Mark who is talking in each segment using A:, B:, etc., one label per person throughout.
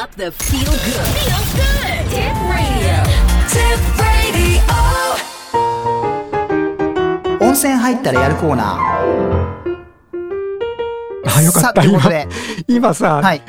A: up the feel good. Feel good. Tip radio. Tip radio.
B: 温泉入ったらやるコーナー。
C: あ、よか
B: さ
C: っ
B: あ、と
C: た。
B: いうこ
C: 今
B: とで、
C: 今さ、
B: はい。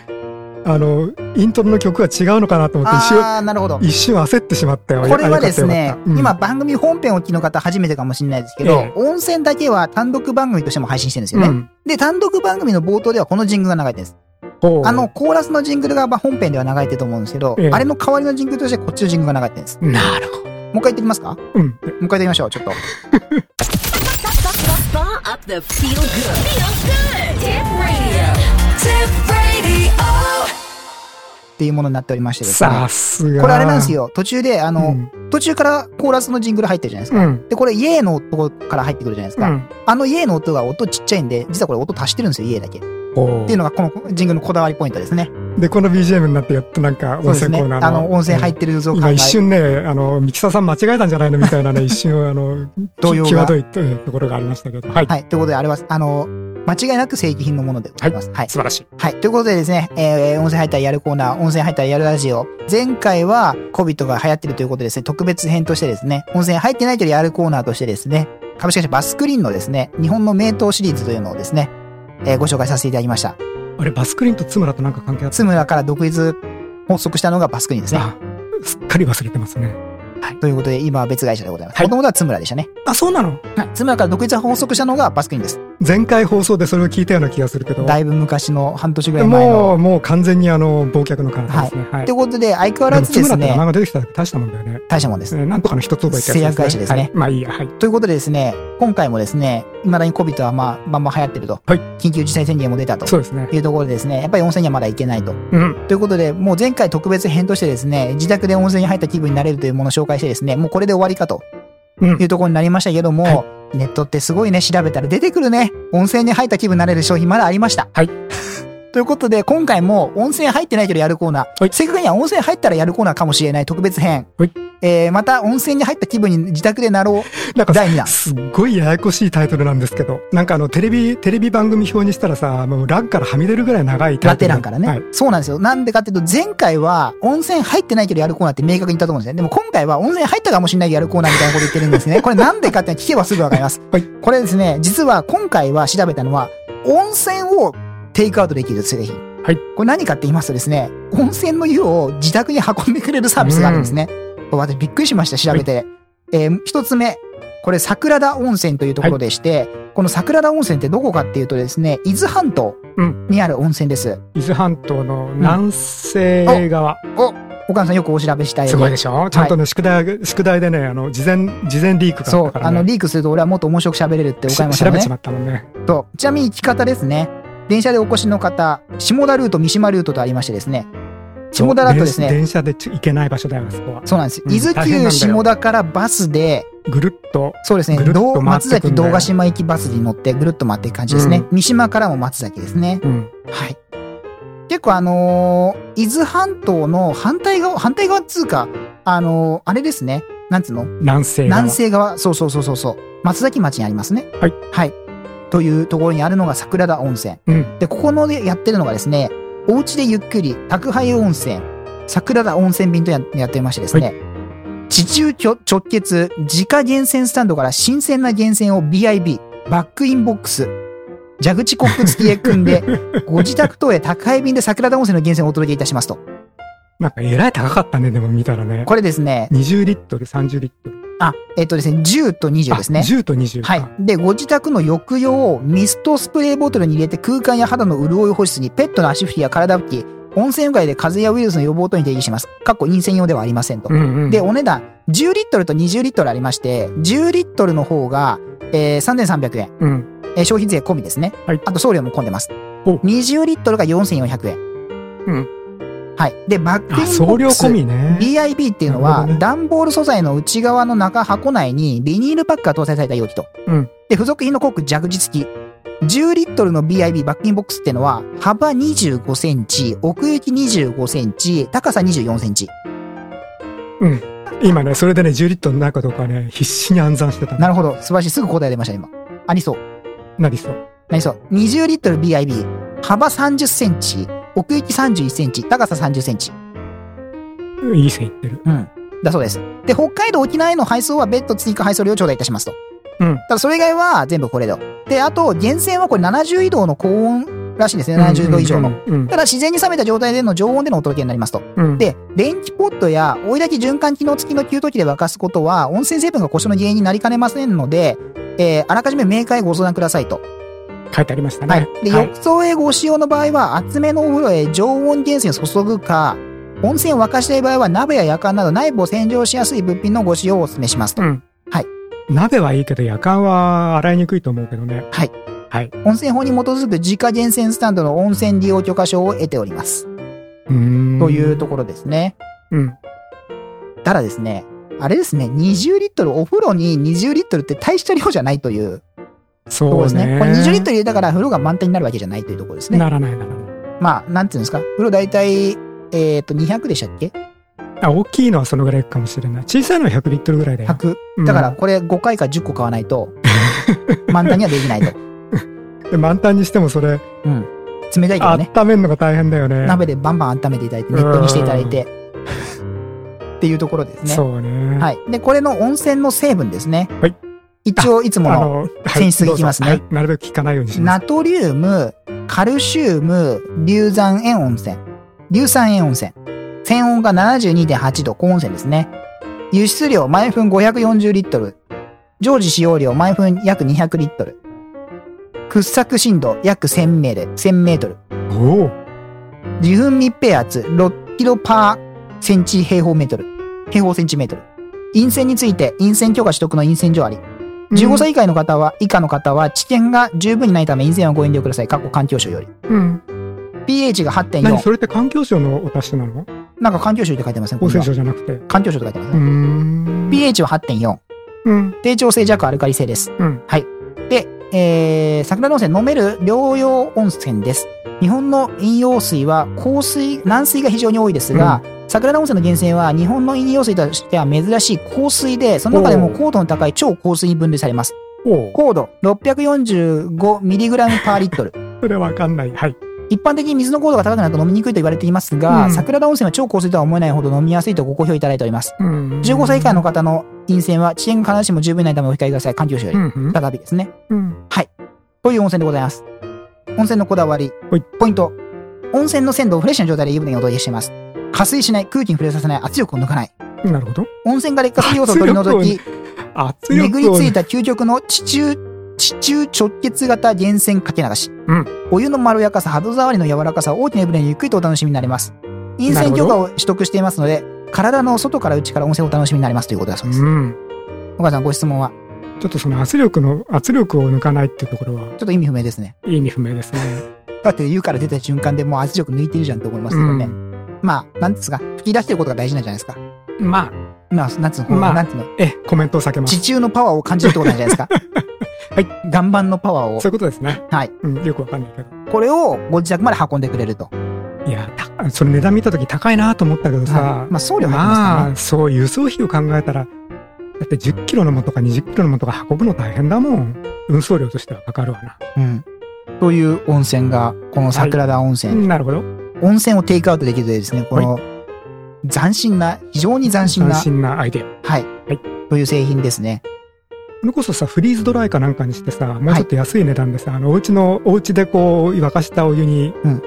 C: あの、イントロの曲は違うのかなと思って、一瞬、
B: あー、なるほど。
C: 一瞬焦ってしまったよ。
B: これはです
C: よ
B: ね
C: かっ、た
B: 今、番組本編を聞きの方初めてかもしれないですけど、
C: ええ
B: 温泉だけは単独番組としても配信してるんです
C: よ
B: よね。
C: かったうん
B: で、単独番組の冒頭ではこのジングルが流れてるんです。
C: ほう
B: あの、コーラスのジングルがまあ本編では流れてると思うんですけど、
C: ええ
B: あれの代わりのジングルとしてこっちのジングルが流れてるんです。
C: なるほど。
B: もう一回言ってみますかもう
C: うん。
B: 一回言ってみましょう、ちょっと。
A: Spa up the feel good. Feel good. Tip radio. Tip radio.
B: っていうものになっておりましてですね。
C: さすが。
B: これあれなんです。よ。途中で、あ
C: う
B: の、
C: ん。
B: 途中からコーラスのジングル入ってるじゃないです
C: う
B: か。
C: ん。
B: で、これ、イエーの音から入ってくるじゃないです
C: う
B: か。
C: ん。
B: あのイエーの音が音ちっちゃいんで、実はこれ音足してるんですよ、イエーだけ。って
C: ほ
B: いうのがこのジングルのこだわりポイントですね。
C: う。で、この BGM になって、やっとなんか、
B: そう
C: 温
B: です
C: 泉
B: ね。
C: コーナー
B: あの、温泉入ってるぞ
C: 今
B: 感
C: 一
B: が
C: 瞬ね、あの、ミキサーさん間違えたんじゃないのみたい なね、一瞬、あの、
B: 動揺
C: き
B: が
C: 際どいとところがありましたけど。はい。
B: はい。ということで、あれは、あの、間違いなく正規品のものでございます。はい。
C: 素晴らしい。
B: はい。ということでですね、えー、温泉入ったらやるコーナー、温泉入ったらやるラジオ。前回は、コビットが流行ってるということでですね、特別編としてですね、温泉入ってないけどやるコーナーとしてですね、株式会社バスクリーンのですね、日本の名刀シリーズというのをですね、えーご紹介させていただきました。
C: あれ、バスクリーンとツムラとなんか関係あった
B: 津村から独立発足したのがバスクリーンですね。
C: あすっかり忘れてますね。
B: ということで、今は別会社でございます。
C: はい
B: もともとは津村でしたね。
C: あ、そうなの
B: はい。津村から独立発足したのがバスクリーンです。
C: 前回放送でそれを聞いたような気がするけど。
B: だいぶ昔の半年ぐらい前の。
C: もう、もう完全にあの、忘却の彼方ですね。はい。
B: ということで、相変わ
C: で
B: ら
C: も
B: ず
C: 津
B: で
C: 村
B: す
C: って名前
B: ね、
C: が出てきただけ大したもんだよね。
B: 大したもんで
C: え
B: す。
C: ーなんとかの一つ覚えってやつですね。
B: 製薬会社ですね
C: はいまあいいや、はい。
B: ということでですね、今回もですね、未だに COVID はまあ、まんま流行ってると。
C: はい
B: 緊急事態宣言も出たと。
C: そうですね。
B: いうところでですね、やっぱり温泉にはまだ行けないと。
C: うん。
B: ということで、もう前回特別編としてですね、自宅で温泉に入った気分になれるというものを紹介してですね、もうこれで終わりかと
C: う
B: い
C: ん。
B: うところになりましたけども、
C: は
B: ネットってすごいね、調べたら出てくるね。温泉に入った気分になれる商品まだありました。
C: はい
B: ということで、今回も温泉入ってないけどやるコーナー。
C: はい
B: せっかくには温泉入ったらやるコーナーかもしれない特別編。
C: はい
B: えー、また温泉に入った気分に自宅でなろう。
C: なんか
B: 第2弾。
C: すっごいややこしいタイトルなんですけど、なんかあの、テレビ、テレビ番組表にしたらさ、もう欄からはみ出るぐらい長いタ
B: ラ
C: イト
B: テ
C: ル。
B: ランからね、
C: はい。
B: そうなんですよ。なんでかっていうと、前回は温泉入ってないけどやるコーナーって明確に言ったと思うんですね。でも今回は温泉入ったかもしれないけどやるコーナーみたいなこと言ってるんですね。これなんでかっていうのは聞けばすぐわかります。
C: はい
B: これですね、実は今回は調べたのは、温泉をテイクアウトできる製品。
C: はい
B: これ何かって言いますとですね、温泉の湯を自宅に運んでくれるサービスがあるんですね。私びっくりしました、調べて。えー一つ目。これ桜田温泉というところでして、この桜田温泉ってどこかっていうとですね、伊豆半島
C: うん
B: にある温泉です。
C: 伊豆半島の南西側。
B: 岡野さんよくお調べしたい。
C: すごいでしょちゃんとね、宿題、宿題でね、あの、事前、事前リークがあ
B: そ
C: っ
B: う、
C: たか
B: あ
C: ら
B: の、
C: ね。
B: リークすると俺はもっと面白く喋れるって岡山
C: し
B: さ
C: 調
B: ん
C: べ
B: ね
C: ちま。ったもんね。
B: と、ちなみに行き方ですね。電車でお越しの方、下田ルート、三島ルートとありましてですね。下田だとです
C: 電
B: ね、
C: 電車でちょ行けない場所だよ、あそこは。
B: そうなんです。
C: うん
B: 伊豆
C: 大変なん
B: 急
C: だよ
B: 下田からバスで、
C: ぐるっと。
B: そうですね、
C: ぐるっと
B: どう
C: 回って
B: 松
C: くんだよ
B: 崎動画島行きバスに乗ってぐるっと回っていく感じですね。三島からも松崎ですね。
C: うん。
B: はい。結構あのー伊豆半島の反対側、反対側っつうか、あのーあれですね、なんつうの
C: 南西側。
B: 南西側、そうそうそうそうそう、松崎町にありますね。
C: はい。
B: はい。というところにあるのが桜田温泉。
C: うん。
B: で、ここのでやってるのがですね、お家でゆっくり宅配温泉、桜田温泉便とややってましてですね、
C: は
B: 地中きょ直結、自家源泉スタンドから新鮮な源泉を BIB、バックインボックス、蛇口コップ付きへ組ん で、ご自宅等へ宅配便で桜田温泉の源泉をお届けいたしますと。
C: なんか、えらい高かったね、でも見たらね。
B: これですね、
C: 20リットル、30リットル。
B: あ、えっとですね、10と20ですね
C: あ。10と20か。
B: はい。で、ご自宅の浴用をミストスプレーボトルに入れて空間や肌の潤い保湿にペットの足拭きや体拭き、温泉うがいで風邪やウイルスの予防等に提示します。かっこ陰性用ではありませんと。
C: うんうん。
B: で、お値段、10リットルと20リットルありまして、10リットルの方が、えー、3300円、
C: うん。
B: えー消費税込みですね。
C: はい
B: あと送料も込んでます。
C: お
B: 20リットルが4400円。
C: うん。
B: はい。で、バックインボッ
C: あ、
B: クス。
C: 送料込みね。
B: BIB っていうのは、
C: なるほどね
B: 段ボール素材の内側の中箱内にビニールパックが搭載された容器と。
C: うん
B: で、付属品のコック蛇口付き。10リットルの BIB バッキンボックスっていうのは、幅25センチ、奥行き25センチ、高さ24センチ。
C: うん。今ね、それでね、10リットルの中とかね、必死に暗算してたの。
B: なるほど。素晴らしい。すぐ答え出ました、今。ありそう。
C: なりそう。
B: なりそう。20リットル BIB、幅30センチ、奥行き31センチ、高さ30センチ。
C: いい線いってる。
B: うん。だそうです。で、北海道、沖縄への配送は別途追加配送料を頂戴いたしますと。
C: うん。
B: ただ、それ以外は全部これだ。で、あと、源泉はこれ70移動の高温らしいんですね。70度以上の。
C: うん。
B: ただ、自然に冷めた状態での常温でのお届けになりますと。
C: うん。
B: で、電気ポットや追い炊き循環機能付きの給湯器で沸かすことは、温泉成分が故障の原因になりかねませんので、えーあらかじめメーカーへご相談くださいと。
C: 書いてありました
B: は
C: ね
B: い。。で、
C: はい
B: 浴槽へご使用の場合は、厚めのお風呂へ常温源泉を注ぐか、温泉を沸かしたい場合は、鍋や夜間など内部を洗浄しやすい物品のご使用をお勧めしますと。
C: うん。
B: はい。
C: 鍋はいいけど、夜間は洗いにくいと思うけどね。
B: 温泉法に基づく自家源泉スタンドの温泉利用許可証を得ております。
C: うーん。
B: というところですね。
C: うん。
B: ただですね、あれですね、20リットル、お風呂に20リットルって大した量じゃないというとこ
C: そ
B: ろ
C: う
B: ですね。
C: ね。
B: これ20リットル入れたから風呂が満タンになるわけじゃないというところですね。
C: ならないならない。
B: まあ、なんていうんですか、風呂大体、えっ、と、200でしたっけ
C: あ、大きいのはそのぐらいかもしれない。小さいのは100リットルぐらいだよ。
B: ?100。
C: うん
B: だから、これ5回か10個買わない と、満タンにはできないと。
C: で満タンにしてもそれ、
B: うん。冷たいけどね。
C: 温めるのが大変だよね。
B: 鍋でバンバン温めていただいて、熱湯にしていただいて。っていうところですね。
C: そうね。
B: はい。で、これの温泉の成分ですね。
C: はい。
B: 一応、いつもの、
C: はい
B: 選出いきますね
C: どうぞはいなるべく聞かないようにします。
B: ナトリウム、カルシウム、硫酸塩温泉。硫酸塩温泉。泉温が72.8度、高温泉ですね。輸出量、毎分540リットル。常時使用量、毎分約200リットル。掘削深度、約1000メートル。1000メートル。
C: おお。
B: 自噴密閉圧、6キロパーセンチ平方メートル。平方センチメートル。陰線について、陰線許可取得の陰線上あり。15歳以下の方は、以下の方は、知見が十分にないため、以前はご遠慮ください。過去環境省より。
C: うん。
B: pH が
C: 何そ
B: 8.4。
C: れって環境省のお達しなの
B: なんか環境省って書いてません、
C: 厚生
B: ね、
C: 省じゃなくて。う
B: 環境省って書いてます
C: ー
B: ね。
C: ん。
B: pH は8.4。
C: うん。
B: 低調性弱アルカリ性です。
C: うん
B: はい。で、えー、桜の温泉飲める療養温泉です。日本の飲用水は、硬水、軟水が非常に多いですが、桜の温泉の源泉は日本の飲用水としては珍しい硬水で、その中でも高度の高い超硬水に分類されます。
C: おお。
B: 高度 645mg パーリットル。
C: それわかんない。はい。
B: 一般的に水の硬度が高くなると飲みにくいと言われていますが、
C: うん
B: 桜田温泉は超硬水とは思えないほど飲みやすいとご好評いただいております。
C: うん
B: 15歳以下の。方の陰性は遅延が必ずしも十分ないためお控えください。環境省よ
C: う
B: り。
C: ん。
B: 再びですね。
C: うん。
B: という温泉でございます。温泉のこだわり
C: はい。
B: ポイント。温泉の鮮度をフレッシュな状態で湯船にお届けしています。加水しない、空気に触れさせない、圧力を抜かない。
C: なるほど。
B: 温泉から劣化する要素を取り除き、
C: 圧力を。
B: 巡りついた究極の地中、地中直結型源泉かけ流し。
C: うん
B: お湯のまろやかさ、肌触りの柔らかさ、大きな湯船にゆっくりとお楽しみになります。陰
C: なる
B: 泉
C: ほど
B: 許可を取得していますので、体の外から内から温泉をお楽しみになりますということだそうです。
C: うん。
B: お母さんご質問は、
C: ちょっとその圧力の、圧力を抜かないっていうところは
B: ちょっと意味不明ですね。
C: 意味不明ですね。
B: だって湯から出た瞬間でもう圧力抜いてるじゃんって思いますけどね。
C: ん。
B: まあ、なんですか、吹き出してることが大事なんじゃないですか。
C: まあ、
B: まあ、なんつうの、
C: まあ
B: なんつうの、
C: え、コメントを避けます。
B: 地中のパワーを感じるってことなんじゃないですか。
C: はい。
B: 岩盤のパワーを
C: そういう。ことですね。
B: はい。
C: うん。よくわかんないけど。
B: これをご自宅まで運んでくれると。
C: いや、たその値段見たとき高いなと思ったけど
B: は
C: さ
B: い、まあ、送料入りますからね。
C: まあ、そう、輸送費を考えたら、だって10キロのものとか20キロのものとか運ぶの大変だもん。運送料としてはかかるわな。
B: うん。という温泉が、この桜田温泉、
C: なるほど。
B: 温泉をテイクアウトできるというですね、この、斬新な、非常に斬新
C: 斬
B: な、
C: 新なアイデア。
B: はい、
C: はい
B: という製品ですね。
C: それこそさ、フリーズドライかなんかにしてさ、もう
B: はい
C: ちょっと安い値段でさ、あの、お家の、お家でこう、沸かしたお湯に、
B: うん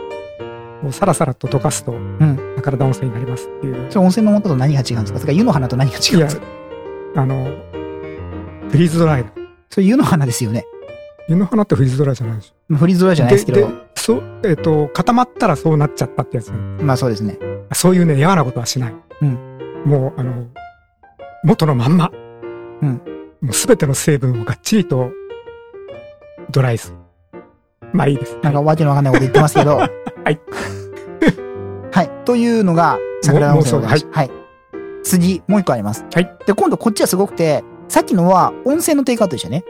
C: もうサラサラと溶かすと、
B: ん
C: 宝田温泉になりますっていう。
B: それ温泉の元と何が違うんですかそれから湯の花と何が違う
C: い
B: んで
C: や
B: すか、
C: あの、フリーズドライだ。
B: それ湯の花ですよね。
C: 湯の花ってフリーズドライじゃないでしょ。
B: まあフリーズドライじゃないですけど、
C: そう、えっ、と、固まったらそうなっちゃったってやつ。
B: まあそうですね。
C: そういうね、嫌なことはしない。
B: うん
C: もう、あの、元のまんま。
B: うん
C: もうすべての成分をがっちりと、ドライする。まあいいです。。
B: なんかわけのわかんないこと言ってますけど。はいはい。というのが、桜田温泉でございます。はい。次、もう一個あります。
C: はい。
B: で、今度こっちはすごくて、さっきのは温泉のテイクアウトでしたね。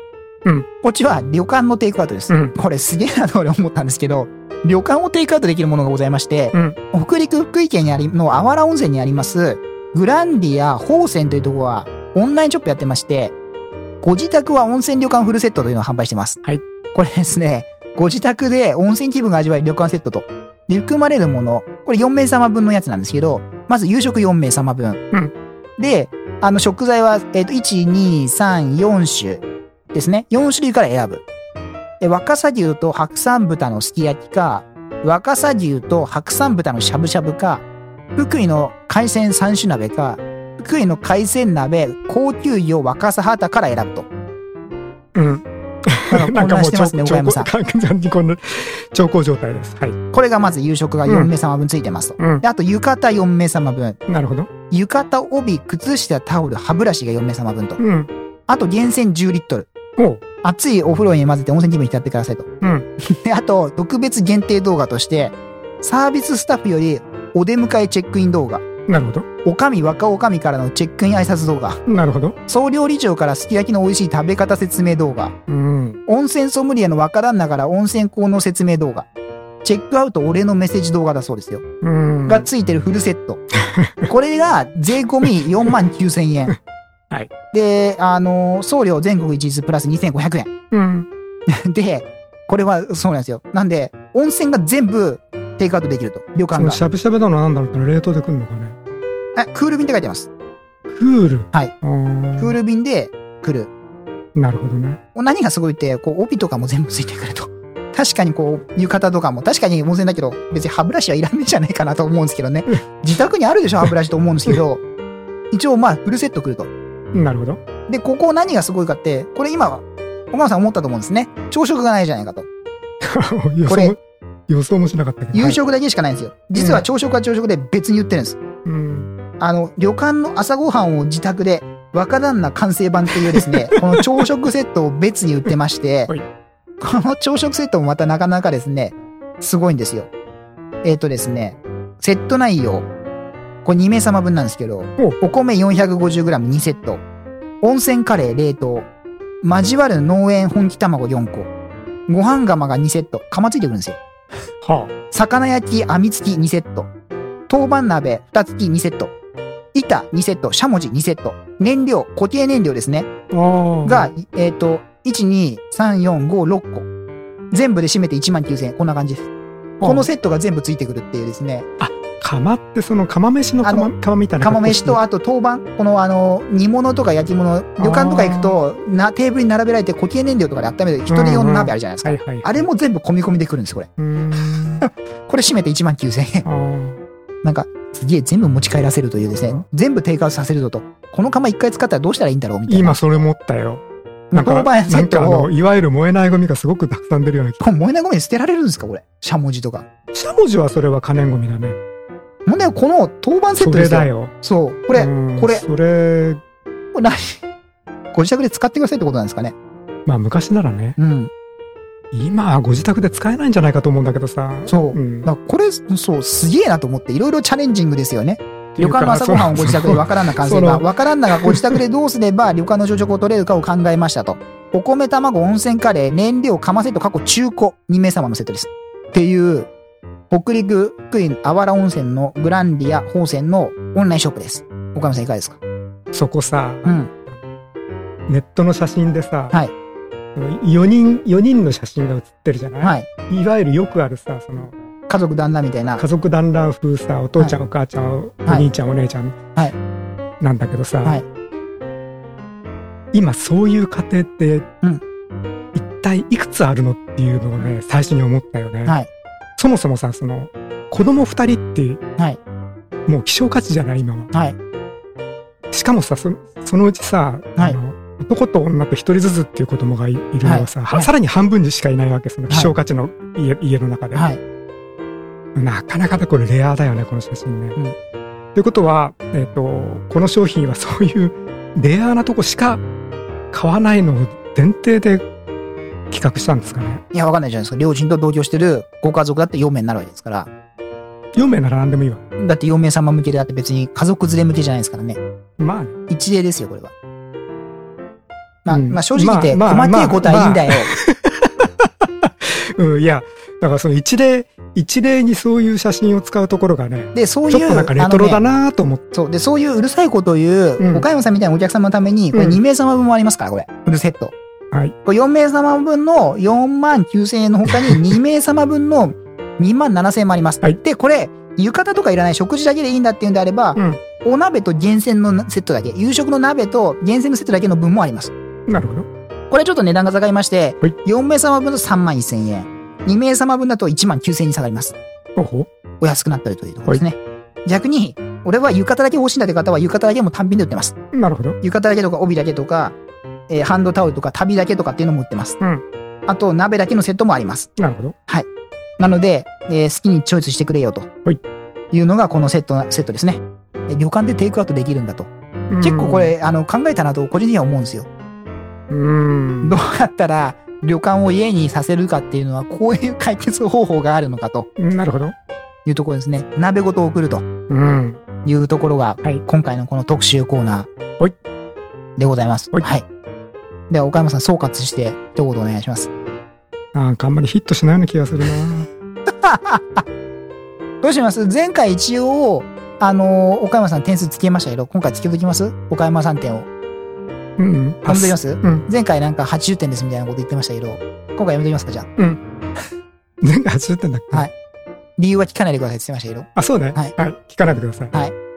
C: うん。
B: こっちは旅館のテイクアウトです。
C: うん
B: これすげえなと俺思ったんですけど、旅館をテイクアウトできるものがございまして、
C: うん
B: 北陸福井県にあり、のあわら温泉にあります、グランディア宝泉というところは、オンラインショップやってまして、ご自宅は温泉旅館フルセットというのを販売してます。
C: はい。
B: これですね、ご自宅で温泉気分が味わえる旅館セットと、で、含まれるもの、これ4名様分のやつなんですけど、まず夕食4名様分。
C: うん
B: で、あの食材は、えっ、と、1、2、3、4種ですね。4種類から選ぶ。で、若狭牛と白山豚のすき焼きか、若狭牛と白山豚のしゃぶしゃぶか、福井の海鮮三種鍋か、福井の海鮮鍋、高級魚若狭畑から選ぶと。
C: うん。
B: なんか混乱してますね、
C: 超
B: 岡山さん。
C: 超完全にこんな、兆候状態です。はい。
B: これがまず夕食が4名様分ついてますと。
C: うん。
B: であと、浴衣4名様分。
C: なるほど。
B: 浴衣、帯、靴下、タオル、歯ブラシが4名様分と。
C: うん。
B: あと、源泉10リットル。
C: おう。
B: 熱いお風呂に混ぜて温泉気分に浸ってくださいと。
C: うん。
B: で、あと、特別限定動画として、サービススタッフよりお出迎えチェックイン動画、
C: なるほど。
B: おかみ若おかみからのチェックイン挨拶動画、
C: なるほど。
B: 総料理長からすき焼きの美味しい食べ方説明動画、
C: うん。
B: 温泉ソムリエの若旦那から温泉効の説明動画、チェックアウト俺のメッセージ動画だそうですよ。
C: うん。
B: がついてるフルセット。これが税込み4万9千円。
C: はい。
B: で、あの、送料全国一律プラス2500円。
C: うん。
B: で、これはそうなんですよ。なんで、温泉が全部テイクアウトできると。旅
C: そ
B: 館
C: の
B: が。
C: しゃぶしゃぶだのなんだろうっての冷凍で来るのかね。
B: あクール便って書いてます。
C: クール。
B: はい
C: あー。
B: クール便で来る。
C: なるほどね。
B: 何がすごいって、こう、帯とかも全部ついてくると。確かにこう、浴衣とかも、確かに温泉だけど、別に歯ブラシはいらねえんじゃないかなと思うんですけ どね。自宅にあるでしょ、歯ブラシと思うんですけど、一応まあ、フルセット来ると。
C: なるほど。
B: で、ここ何がすごいかって、これ今、小川さん思ったと思うんですね。朝食がないじゃないかと。
C: 予
B: こ
C: 想
B: れ
C: も、予想もしなかったけど。
B: 夕食だけしかないんですよ。実は朝食は朝食で別に言ってるんです。
C: はい。うん。
B: あの、旅館の朝ごはんを自宅で、若旦那完成版っていう ですね、この朝食セットを別に売ってまして、
C: はい
B: この朝食セットもまたなかなかですね、すごいんですよ。えっ、とですね、セット内容、これ2名様分なんですけど、お米 450g2 セット、温泉カレー冷凍、交わる農園本気卵4個、ご飯釜が2セット、釜ついてくるんですよ。
C: はあ。
B: 魚焼き網付き2セット、豆板鍋蓋付き2セット、板2セット、しゃもじ2セット、燃料、固形燃料ですね。
C: ああ。
B: が、えっ、と、1、2、3、4、5、6個。全部で締めて1万9000円。こんな感じです。このセットが全部ついてくるっていうですね。
C: 釜ってその釜飯の
B: あ
C: 釜釜みたいな
B: 釜飯と、
C: あ
B: あと豆板、このあの、煮物とか焼き物、旅館とか行くと、な、テーブルに並べられて固形燃料とかで温める、一人用の鍋あるじゃないですか。
C: はいはい
B: あれも全部込み込みでくるんです、これ。
C: う ーんあ
B: これ締めて1万9000円。
C: ー
B: なんか、すげえ全部持ち帰らせるというです
C: う
B: ね
C: ん、
B: 全部テイクアウトさせるぞと。この釜一回使ったらどうしたらいいんだろうみたいな。
C: 今それ持っ たよ
B: 向
C: なん
B: こう
C: か
B: 版セ
C: な
B: ッ
C: んか
B: ト
C: あ
B: を
C: の、いわゆる燃えないゴミがすごくたくさん出るような気が
B: これ燃えないゴミに捨てられるんですかこれ。しゃもじとか。
C: しゃもじはそれは可燃ゴミだね
B: 問題はこの当番セッ
C: そ
B: トで
C: れ
B: すよ。
C: だよ
B: そう。これ、こ
C: うん
B: これ
C: それ
B: れ何ご自宅で使ってくださいってことなんですかね。
C: まあ昔ならね
B: うん。
C: 今はご自宅で使えないんじゃないかと思うんだけどさ
B: そう
C: うん
B: だからこれ、そう、すげえなと思って、いろいろチャレンジングですよね。
C: てい
B: 旅
C: うか
B: 館の朝ごはんをご自宅でわからんな完成
C: そ
B: が、
C: の
B: わからんながご自宅でどうすれば旅館の朝食を取れるかを考えましたと。お米、卵、温泉カレー、燃料、釜セット、過去中古、2名様のセットです。っていう、北陸、福井、あわら温泉のグランディア、宝泉のオンラインショップです。岡山さんいかがですか
C: そこさ
B: うん。
C: ネットの写真でさ、
B: はい
C: 4人四人の写真が写ってるじゃない、
B: はい。
C: い、わゆるよくあるさその
B: 家族旦那みたいな。
C: 家族団らん風さお父ちゃん、お母ちゃんお
B: はい
C: 兄ちゃん、お姉ちゃん、
B: はい
C: なんだけどさ、
B: はい
C: 今そういう家庭って、
B: うん
C: 一体いくつあるのっていうのをね最初に思ったよね、
B: はい
C: そもそもさその子供二人って、
B: はい
C: もう希少価値じゃない今は
B: はい。
C: しかもさそそのうちさ、
B: はい
C: あの男と女と一人ずつっていう子供がいいるのはさ、
B: はい
C: さらに半分にしかいないわけその
B: はい
C: 希少価値の家,、家の中で、
B: はい。
C: なかなかだこれレアだよねこの写真ね。
B: うん
C: ということは、えっとこの商品はそういう レアなとこしか買わないのを前提で企画したんですかね。
B: いや、わかんないじゃないですか。両親と同居してるご家族だって4名になるわけですから。
C: 4名なら何でもいいわ。
B: だって4名様向けであって別に家族連れ向けじゃないですからね。
C: まあね、
B: 一例ですよ、これは。まあ、
C: うん
B: まあ正直言って、
C: まあまあ
B: 細けいことはいいんだよ。
C: うん、いやだからその一例一例にそういう写真を使うところがね
B: で、そういう、
C: ちょっとなんかレトロだ
B: あのね
C: なと思って、
B: そう。で、そういううるさいことを言
C: う
B: う、
C: ん
B: 岡山さんみたいなお客様のために、これ
C: うん
B: 2名様分もありますから、これ。フルセット。
C: はい
B: これ4名様分の4万9000円の他に2名様分の2万7000円もあります。
C: はい
B: で、これ、浴衣とかいらない、食事だけでいいんだっていうんであれば、
C: うん
B: お鍋と厳選のセットだけ、夕食の鍋と厳選のセットだけの分もあります。
C: なるほど。
B: これちょっと値段が下がりまして、
C: はい
B: 4名様分だと3万1000円、2名様分だと1万9000円に下がります。
C: ほうほう。
B: お安くなってるというところですね。逆に、俺は浴衣だけ欲しいんだって方は浴衣だけも単品で売ってます。
C: なるほど。
B: 浴衣だけとか帯だけとか、えーハンドタオルとか旅だけとかっていうのも売ってます。
C: うん
B: あと、鍋だけのセットもあります。
C: なるほど。
B: なので、えー好きにチョイスしてくれよと。。
C: はい
B: うのがこのセットな、セットですね。え旅館でテイクアウトできるんだと。結構これ、あの、考えたなと個人的には思うんですよ。
C: うーん。
B: どうやったら旅館を家にさせるかっていうのは、こういう解決方法があるのかと
C: うんなるほど。
B: いうところですね。鍋ごと送ると
C: うん。
B: いうところが、
C: はい
B: 今回のこの特集コーナ
C: ほい
B: ーでございます。
C: ほい
B: はい。では、岡山さん総括して一言お願いします。
C: なんかあんまりヒットしないような気がするな。
B: どうします前回一応、あのー岡山さん点数つけましたけど、今回つけときます岡山さん点を。
C: うんう
B: や
C: ん。
B: めときま
C: あ
B: す
C: うん。
B: 前回なんか80点ですみたいなこと言ってましたけど、今回やめときますかじゃあ。
C: 前回80点だっけ
B: はい理由は聞かないでくださいって言ってましたけど、
C: あ、そうね。
B: は
C: はいい。聞かないでください。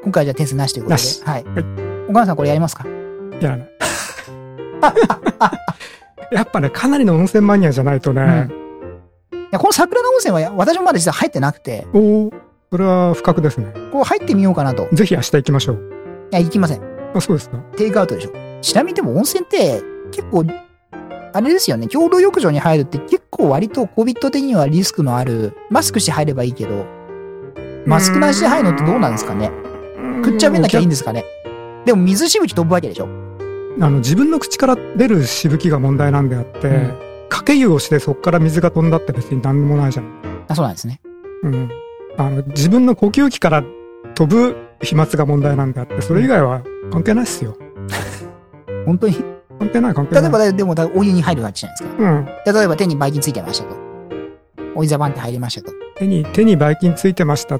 B: 今回はじゃあ点数なしということ
C: な
B: で。
C: し
B: はい。
C: は
B: 岡山さんこれやりますか
C: やらない。 やっぱね、かなりの温泉マニアじゃないとね、
B: いやこの桜の温泉は私もまだ実は入ってなくて、
C: おお、それは不覚ですね。
B: こう入ってみようかなと。い
C: ぜひ明日行きましょう。
B: や、行きません。
C: あ、そうですか。
B: テイクアウトでしょ。ちなみにでも温泉って結構、あれですよね、共同浴場に入るって結構割と COVID 的にはリスクのある、マスクして入ればいいけど、マスクなしで入るのってどうなんですかねくっちゃべんなきゃいいん
C: で
B: ですかねでも水しぶき飛ぶわけでしょ
C: あの、自分の口から出るしぶきが問題なんであって、
B: うん
C: かけ湯をしてそこから水が飛んだって別に何でもないじゃん。
B: あ、そうなんですね。
C: うん。あの、自分の呼吸器から飛ぶ飛沫が問題なんであって、それ以外は関係ないっすよ。
B: 本当に。
C: 関係ない関係な
B: 例
C: い。
B: えば、でも、お湯に入るわけじゃないです
C: うん。
B: か。例えば手にばい菌ついてましたと。お湯ざばんって入りましたと。
C: 手に、手にばい菌ついてました。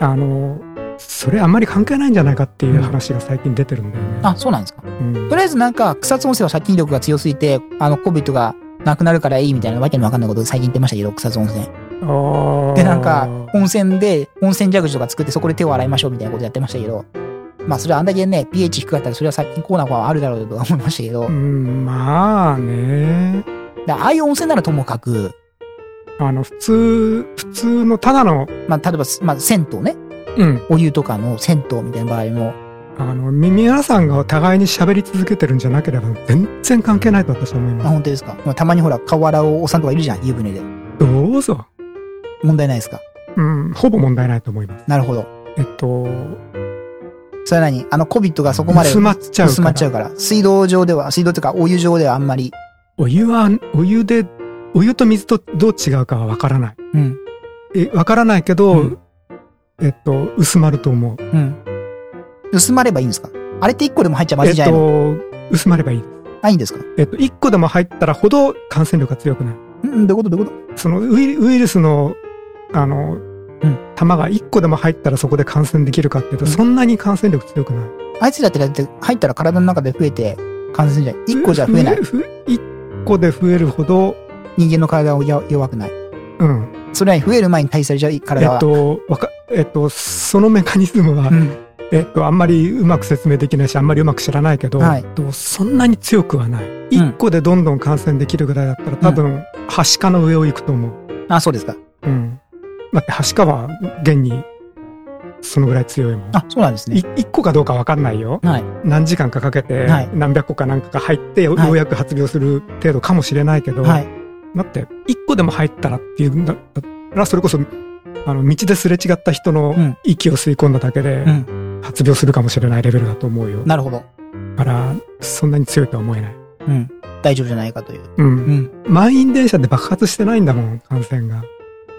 C: あの、それあんまり関係ないんじゃないかっていう話が最近出てるんだよね。
B: あ、そうなんですか。
C: うん
B: とりあえずなんか、草津温泉は殺菌力が強すぎて、あの、コビットがなくなるからいいみたいなわけのわかんないことを最近言ってましたけど、草津温泉。
C: あー
B: で、なんか、温泉で、温泉蛇口とか作ってそこで手を洗いましょうみたいなことやってましたけど、まあ、それはあんだけね、pH 低かったら、それは殺菌コーナーはあるだろうとは思いましたけど
C: う、ん、まあね。
B: だからああいう温泉ならともかく、
C: あの、普通、普通のただの、
B: まあ、例えば、まあ、銭湯ね、
C: うん。
B: お湯とかの銭湯みたいな場合も、
C: あの、み皆さんがお互いに喋り続けてるんじゃなければ全然関係ないと私は思い
B: あ、
C: ます。
B: 本当ですか。まあたまにほら、河原をおっさんとかいるじゃん、湯船で。
C: どうぞ。
B: 問題ないですか。
C: うん、ほぼ問題ないと思います。
B: なるほど。
C: えっと、
B: それは何あの、コビットがそこまで
C: 薄まっちゃうから
B: 薄まっちゃうから。水道上では、水道というか、お湯上ではあんまり。
C: お湯は、お湯で、お湯と水とどう違うかはわからない。
B: うん。
C: え、わからないけど、
B: うん
C: えっと、薄まると思う。
B: うん。薄まればいいんですかあれって一個でも入っちゃまず
C: え
B: い
C: っ
B: じゃないの、
C: と、薄まればいい。
B: あ、いいんですか
C: えっと、一個でも入ったらほど感染力が強くなる。
B: うんうん、どういうことどういうこ
C: そのウイウイルスの、あの、
B: ん
C: 玉が一個でも入ったらそこで感染できるかっていうと、
B: うん
C: そんなに感染力強くない。
B: とあいつだってだって入ったら体の中で増えて感染するんじゃない一個じゃ増えない。
C: ふ。ふ一個で増えるほど、
B: 人間の体は弱弱くない。
C: うん。
B: それは増える前に対されちゃう
C: え
B: 体は。
C: っと、わか、えっと、そのメカニズムは、
B: うん。
C: えっと、あんまりうまく説明できないし、あんまりうまく知らないけど、
B: はい
C: えっとそんなに強くはない。一個でどんどん感染できるぐらいだったら、多分、はしかの上を行くと思う。
B: あ、そうですか。
C: うん。だって、はしかは、現に、そのぐらい強いもん。
B: あ、そうなんですね
C: い。一個かどうかわかんないよ。
B: はい。
C: 何時間かかけて
B: はい、
C: 何百個かなんかが入って、よ
B: はい
C: ようやく発病する程度かもしれないけど、
B: はい。
C: だって、一個でも入ったらっていうんだだったら、それこそ、あの、道ですれ違った人
B: うん
C: の息を吸い込んだだけで
B: う、ん。
C: 発病するかもしれないレベルだと思うよ。
B: なるほど。
C: だから、そんなに強いとは思えない。
B: うん。大丈夫じゃないかという。う
C: う。
B: んん。
C: 満員電車で爆発してないんだもん、感染が。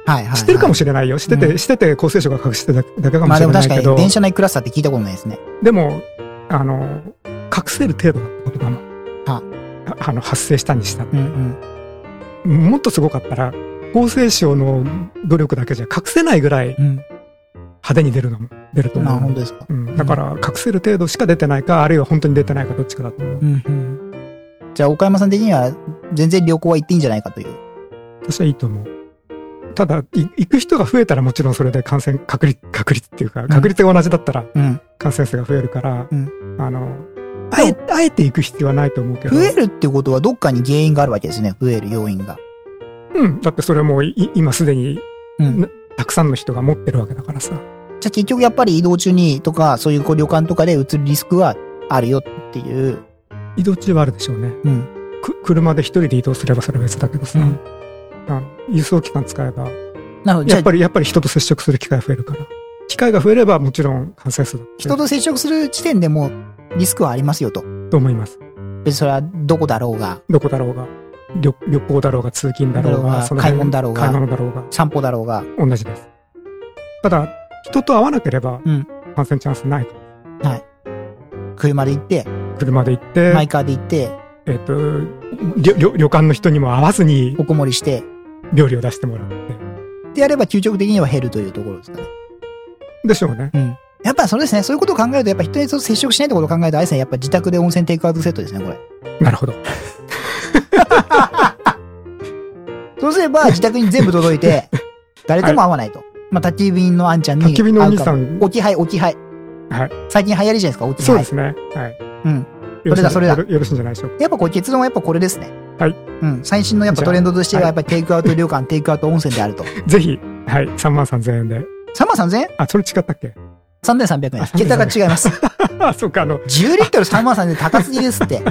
B: はいはい、はい。
C: 知ってるかもしれないよ。知って
B: う
C: て、知ってて、厚生省が隠してただけか
B: ま
C: も
B: あ
C: し
B: で
C: れ
B: も
C: ない
B: 確か
C: け
B: に
C: ど、
B: 電車内クラスターって聞いたことないですね。
C: でも、あの、隠せる程度だったことだもん。
B: は
C: ああの、発生したにしたって。
B: うんうん。
C: もっとすごかったら、厚生省の努力だけじゃ隠せないぐらい
B: うん。
C: 派手に出るのも、出ると
B: まあ
C: 思
B: 本
C: う。
B: 当ですか。
C: うん、だから、隠せる程度しか出てないか、あるいは本当に出てないか、どっちかだと思う
B: う。んうん。じゃあ岡山さん的には全然旅行は行っていいんじゃないかという。
C: 私はいいと思う。ただ、い行く人が増えたらもちろんそれで感染確率、確率っていうか、確率が同じだったら
B: うん。
C: 感染数が増えるから、
B: うん
C: あの、あえ、あえて行く必要はないと思うけど。
B: 増えるってことはどっかに原因があるわけですね。増える要因が。
C: うん。だってそれはもうい今すでに
B: うん。
C: なたくさんの人が持ってるわけだからさ。
B: じゃあ結局やっぱり移動中にとか、そういうこう旅館とかで移るリスクはあるよっていう。
C: 移動中はあるでしょうね。
B: うん。
C: く車で一人で移動すればそれは別だけどさ。
B: うん
C: あの輸送機関使えば、
B: なので、じゃ
C: や
B: あ
C: っぱり、やっぱり人と接触する機会が増えるから。機会が増えればもちろん感染数だ
B: 人と接触する時点でもうリスクはありますよと。
C: と思います。
B: 別にそれはどこだろうが、
C: どこだろうが、旅旅行だろうが、通勤だろう
B: だろう
C: が、
B: が
C: その辺
B: 買い物だろうが
C: 買い物だろうが、
B: 散歩だろうが。
C: 同じです。ただ、人と会わなければ
B: うん、
C: 感染チャンスないと。
B: 車で行って、
C: 車で行って、
B: マイカーで行って、
C: えっ、と旅、旅旅館の人にも会わずに
B: おこもりして、
C: 料理を出してもらって。
B: でやれば究極的には減るというところですかね。
C: でしょうね。
B: うん。やっぱそうですね。そういうことを考えると、やっぱ人に接触しないってことを考えると、あれですね、やっぱ自宅で温泉テイクアウトセットですね、これ。
C: なるほど。
B: そうすれば、自宅に全部届い て、誰とも会わないと。まあ、焚き火のあんちゃんに会
C: 焚
B: うかも。
C: き火のお兄さん、
B: 置き配、置き配。
C: はい
B: 最近流行りじゃないですか、置き配。
C: そうですね。はい。
B: うん。
C: よろし
B: そ
C: い
B: れだそれ
C: よろよろしいんじゃないでしょうか。
B: やっぱこう結論はやっぱこれですね。
C: はい。
B: うん。最新のやっぱトレンドとしては、
C: じゃあ
B: やっぱりテイクアウト旅館、テイクアウト温泉であると。
C: ぜひ、はい、3万3000円で。
B: 3万3000円
C: あ、それ違ったっけ
B: ?3300
C: あ
B: 円。桁が違い ます。
C: あ、そうか、あの、
B: 10リットル3万3000円高すぎですって。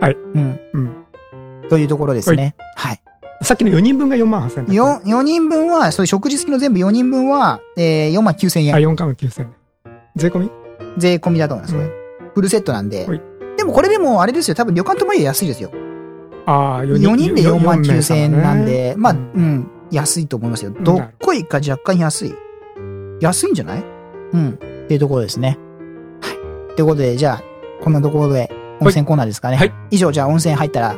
C: はい。
B: うん。
C: う
B: というところですね。はい。
C: さっきの4人分が4万8000円。
B: 4、4人分は、そういう食事付きの全部4人分は、えー、4万9000
C: あ、
B: 円。
C: 4万9000円。税込み
B: 税込みだと思います、これ。
C: う
B: フルセットなんで
C: はい。
B: でもこれでも、あれですよ。多分旅館ともより安いですよ。
C: ああ、4
B: 4
C: 人
B: 人で4万9000円なんで、まあ、う
C: うん
B: ん、安いと思いますよ。どっこいか若干安い。安いんじゃないうん。っていうところですね。はい。ということで、じゃあ、こんなところで、温泉コーナーですかね。
C: はい
B: 以上、じゃあ温泉入ったら、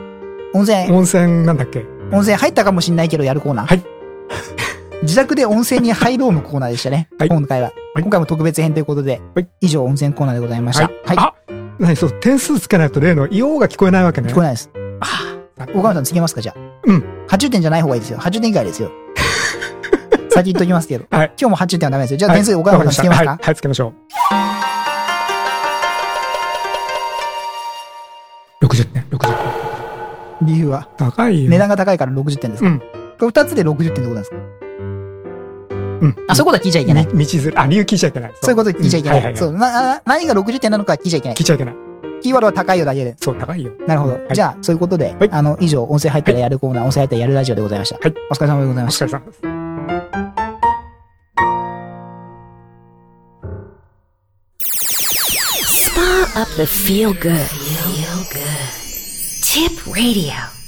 B: 温泉、
C: 温泉なんだっけ
B: 温泉入ったかもしんないけどやるコーナー。
C: はい
B: 自宅で温泉に入ろうのコーナーでしたね。
C: はい
B: 今回は、
C: はい
B: 今回も特別編ということで、
C: はい
B: 以上、温泉コーナーでございました。はい。
C: あ何そう、点数つけないと例の、イオが聞こえないわけね。
B: 聞こえないです。
C: あ
B: 岡村さんつけますかじゃあ。
C: うん。
B: 80点じゃない方がいいですよ。80点以外 ですよ。先言っときますけど。
C: はい
B: 今日も80点はダメですよ。じゃあ
C: はい
B: 点数岡
C: わか
B: 村
C: り
B: さんつけます
C: し
B: か、
C: たはい、はいつけましょう。60点、60点。
B: 理由は。
C: 高いよ。
B: 値段が高いから60点ですか、
C: うん
B: これ2つで60点ってことなんですか
C: うん。
B: あ、そういうことは聞いちゃいけない。
C: み道ずれ。あ、理由聞いちゃいけない。
B: そういうこと聞いちゃいけない。
C: うんはいはい
B: そ
C: は
B: うなな何が60点なのかは聞いちゃいけない
C: 聞。いちゃいけない。
B: キーワードは高いよだけで。
C: そう、高いよ。
B: なるほど。
C: はい
B: じゃあ、そういうことで、
C: はい
B: あの、以上、音声入ったらやるコーナー、音声入ったらやるラジオでございました。
C: はい
B: お疲れ様でござい
C: お
B: ました
C: 疲。れ様です。
A: Spa up the feel good. Feel good. Tip radio.